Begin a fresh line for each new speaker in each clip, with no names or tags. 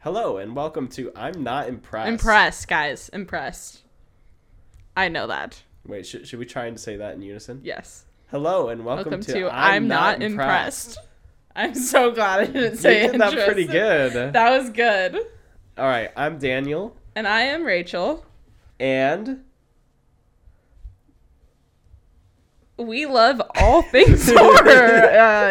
Hello and welcome to I'm Not Impressed.
Impressed, guys. Impressed. I know that.
Wait, should, should we try and say that in unison?
Yes.
Hello and welcome,
Welcome, to, I'm, Not impressed. I'm so glad I didn't say
you did that pretty
interested.
good.
That was good.
All right, I'm Daniel
And I am Rachel.
and
We love all things horror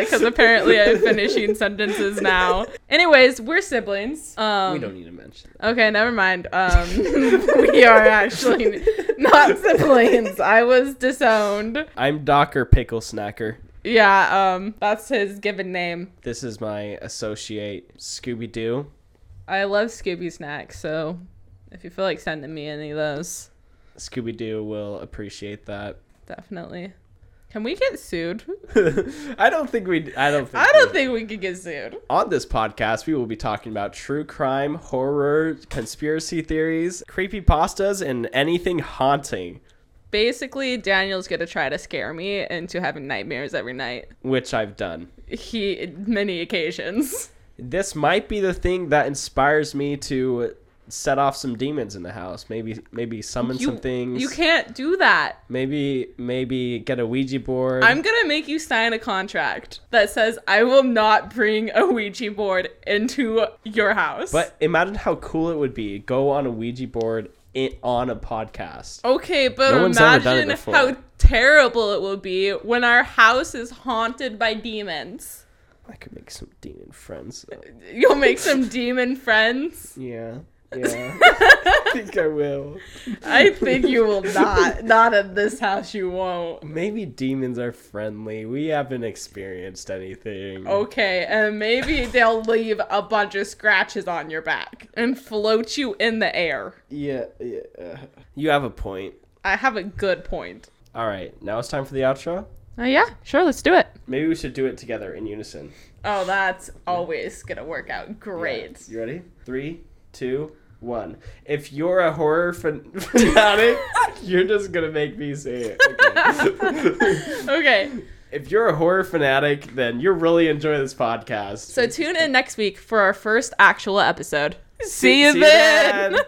because apparently I'm finishing sentences now. Anyways, we're siblings. Um,
we don't need to mention that.
Okay, never mind. Um, we are actually not siblings. I was disowned.
I'm Docker Pickle Snacker.
Yeah, um, that's his given name.
This is my associate Scooby Doo.
I love Scooby snacks, so if you feel like sending me any of those,
Scooby Doo will appreciate that.
definitely. Can we get sued?
I don't think we. I don't think.
I don't
we-
think we could get sued.
On this podcast, we will be talking about true crime, horror, conspiracy theories, creepy pastas, and anything haunting,
Basically, Daniel's gonna try to scare me into having nightmares every night.
which I've done.
He many occasions.
This might be the thing that inspires me to set off some demons in the house. Maybe, maybe summon
You-
some things.
You can't do that.
Maybe, maybe get a Ouija board.
I'm gonna make you sign a contract that says I will not bring a Ouija board into your house.
But imagine how cool it would be. Go on a Ouija board in, on a podcast.
Okay, but
No one's ever done it
imagine
before.
how terrible it will be when our house is haunted by demons.
I could make some demon friends. though.
You'll make some demon friends.
Yeah. Yeah. I think I will.
I think you will not. Not at this house, you won't.
Maybe demons are friendly. We haven't experienced anything.
Okay, and maybe they'll leave a bunch of scratches on your back and float you in the air.
Yeah, yeah. You have a point.
I have a good point.
All right, now it's time for the outro.
Oh, yeah, sure, let's do it.
Maybe we should do it together in unison.
Oh, that's always gonna work out great.
You ready? Three, two, one. If you're a horror fan- fanatic, you're just gonna make me say it. Okay.
Okay,
if you're a horror fanatic, then you're really enjoying this podcast.
so tune in next week for our first actual episode. See, you
See
then.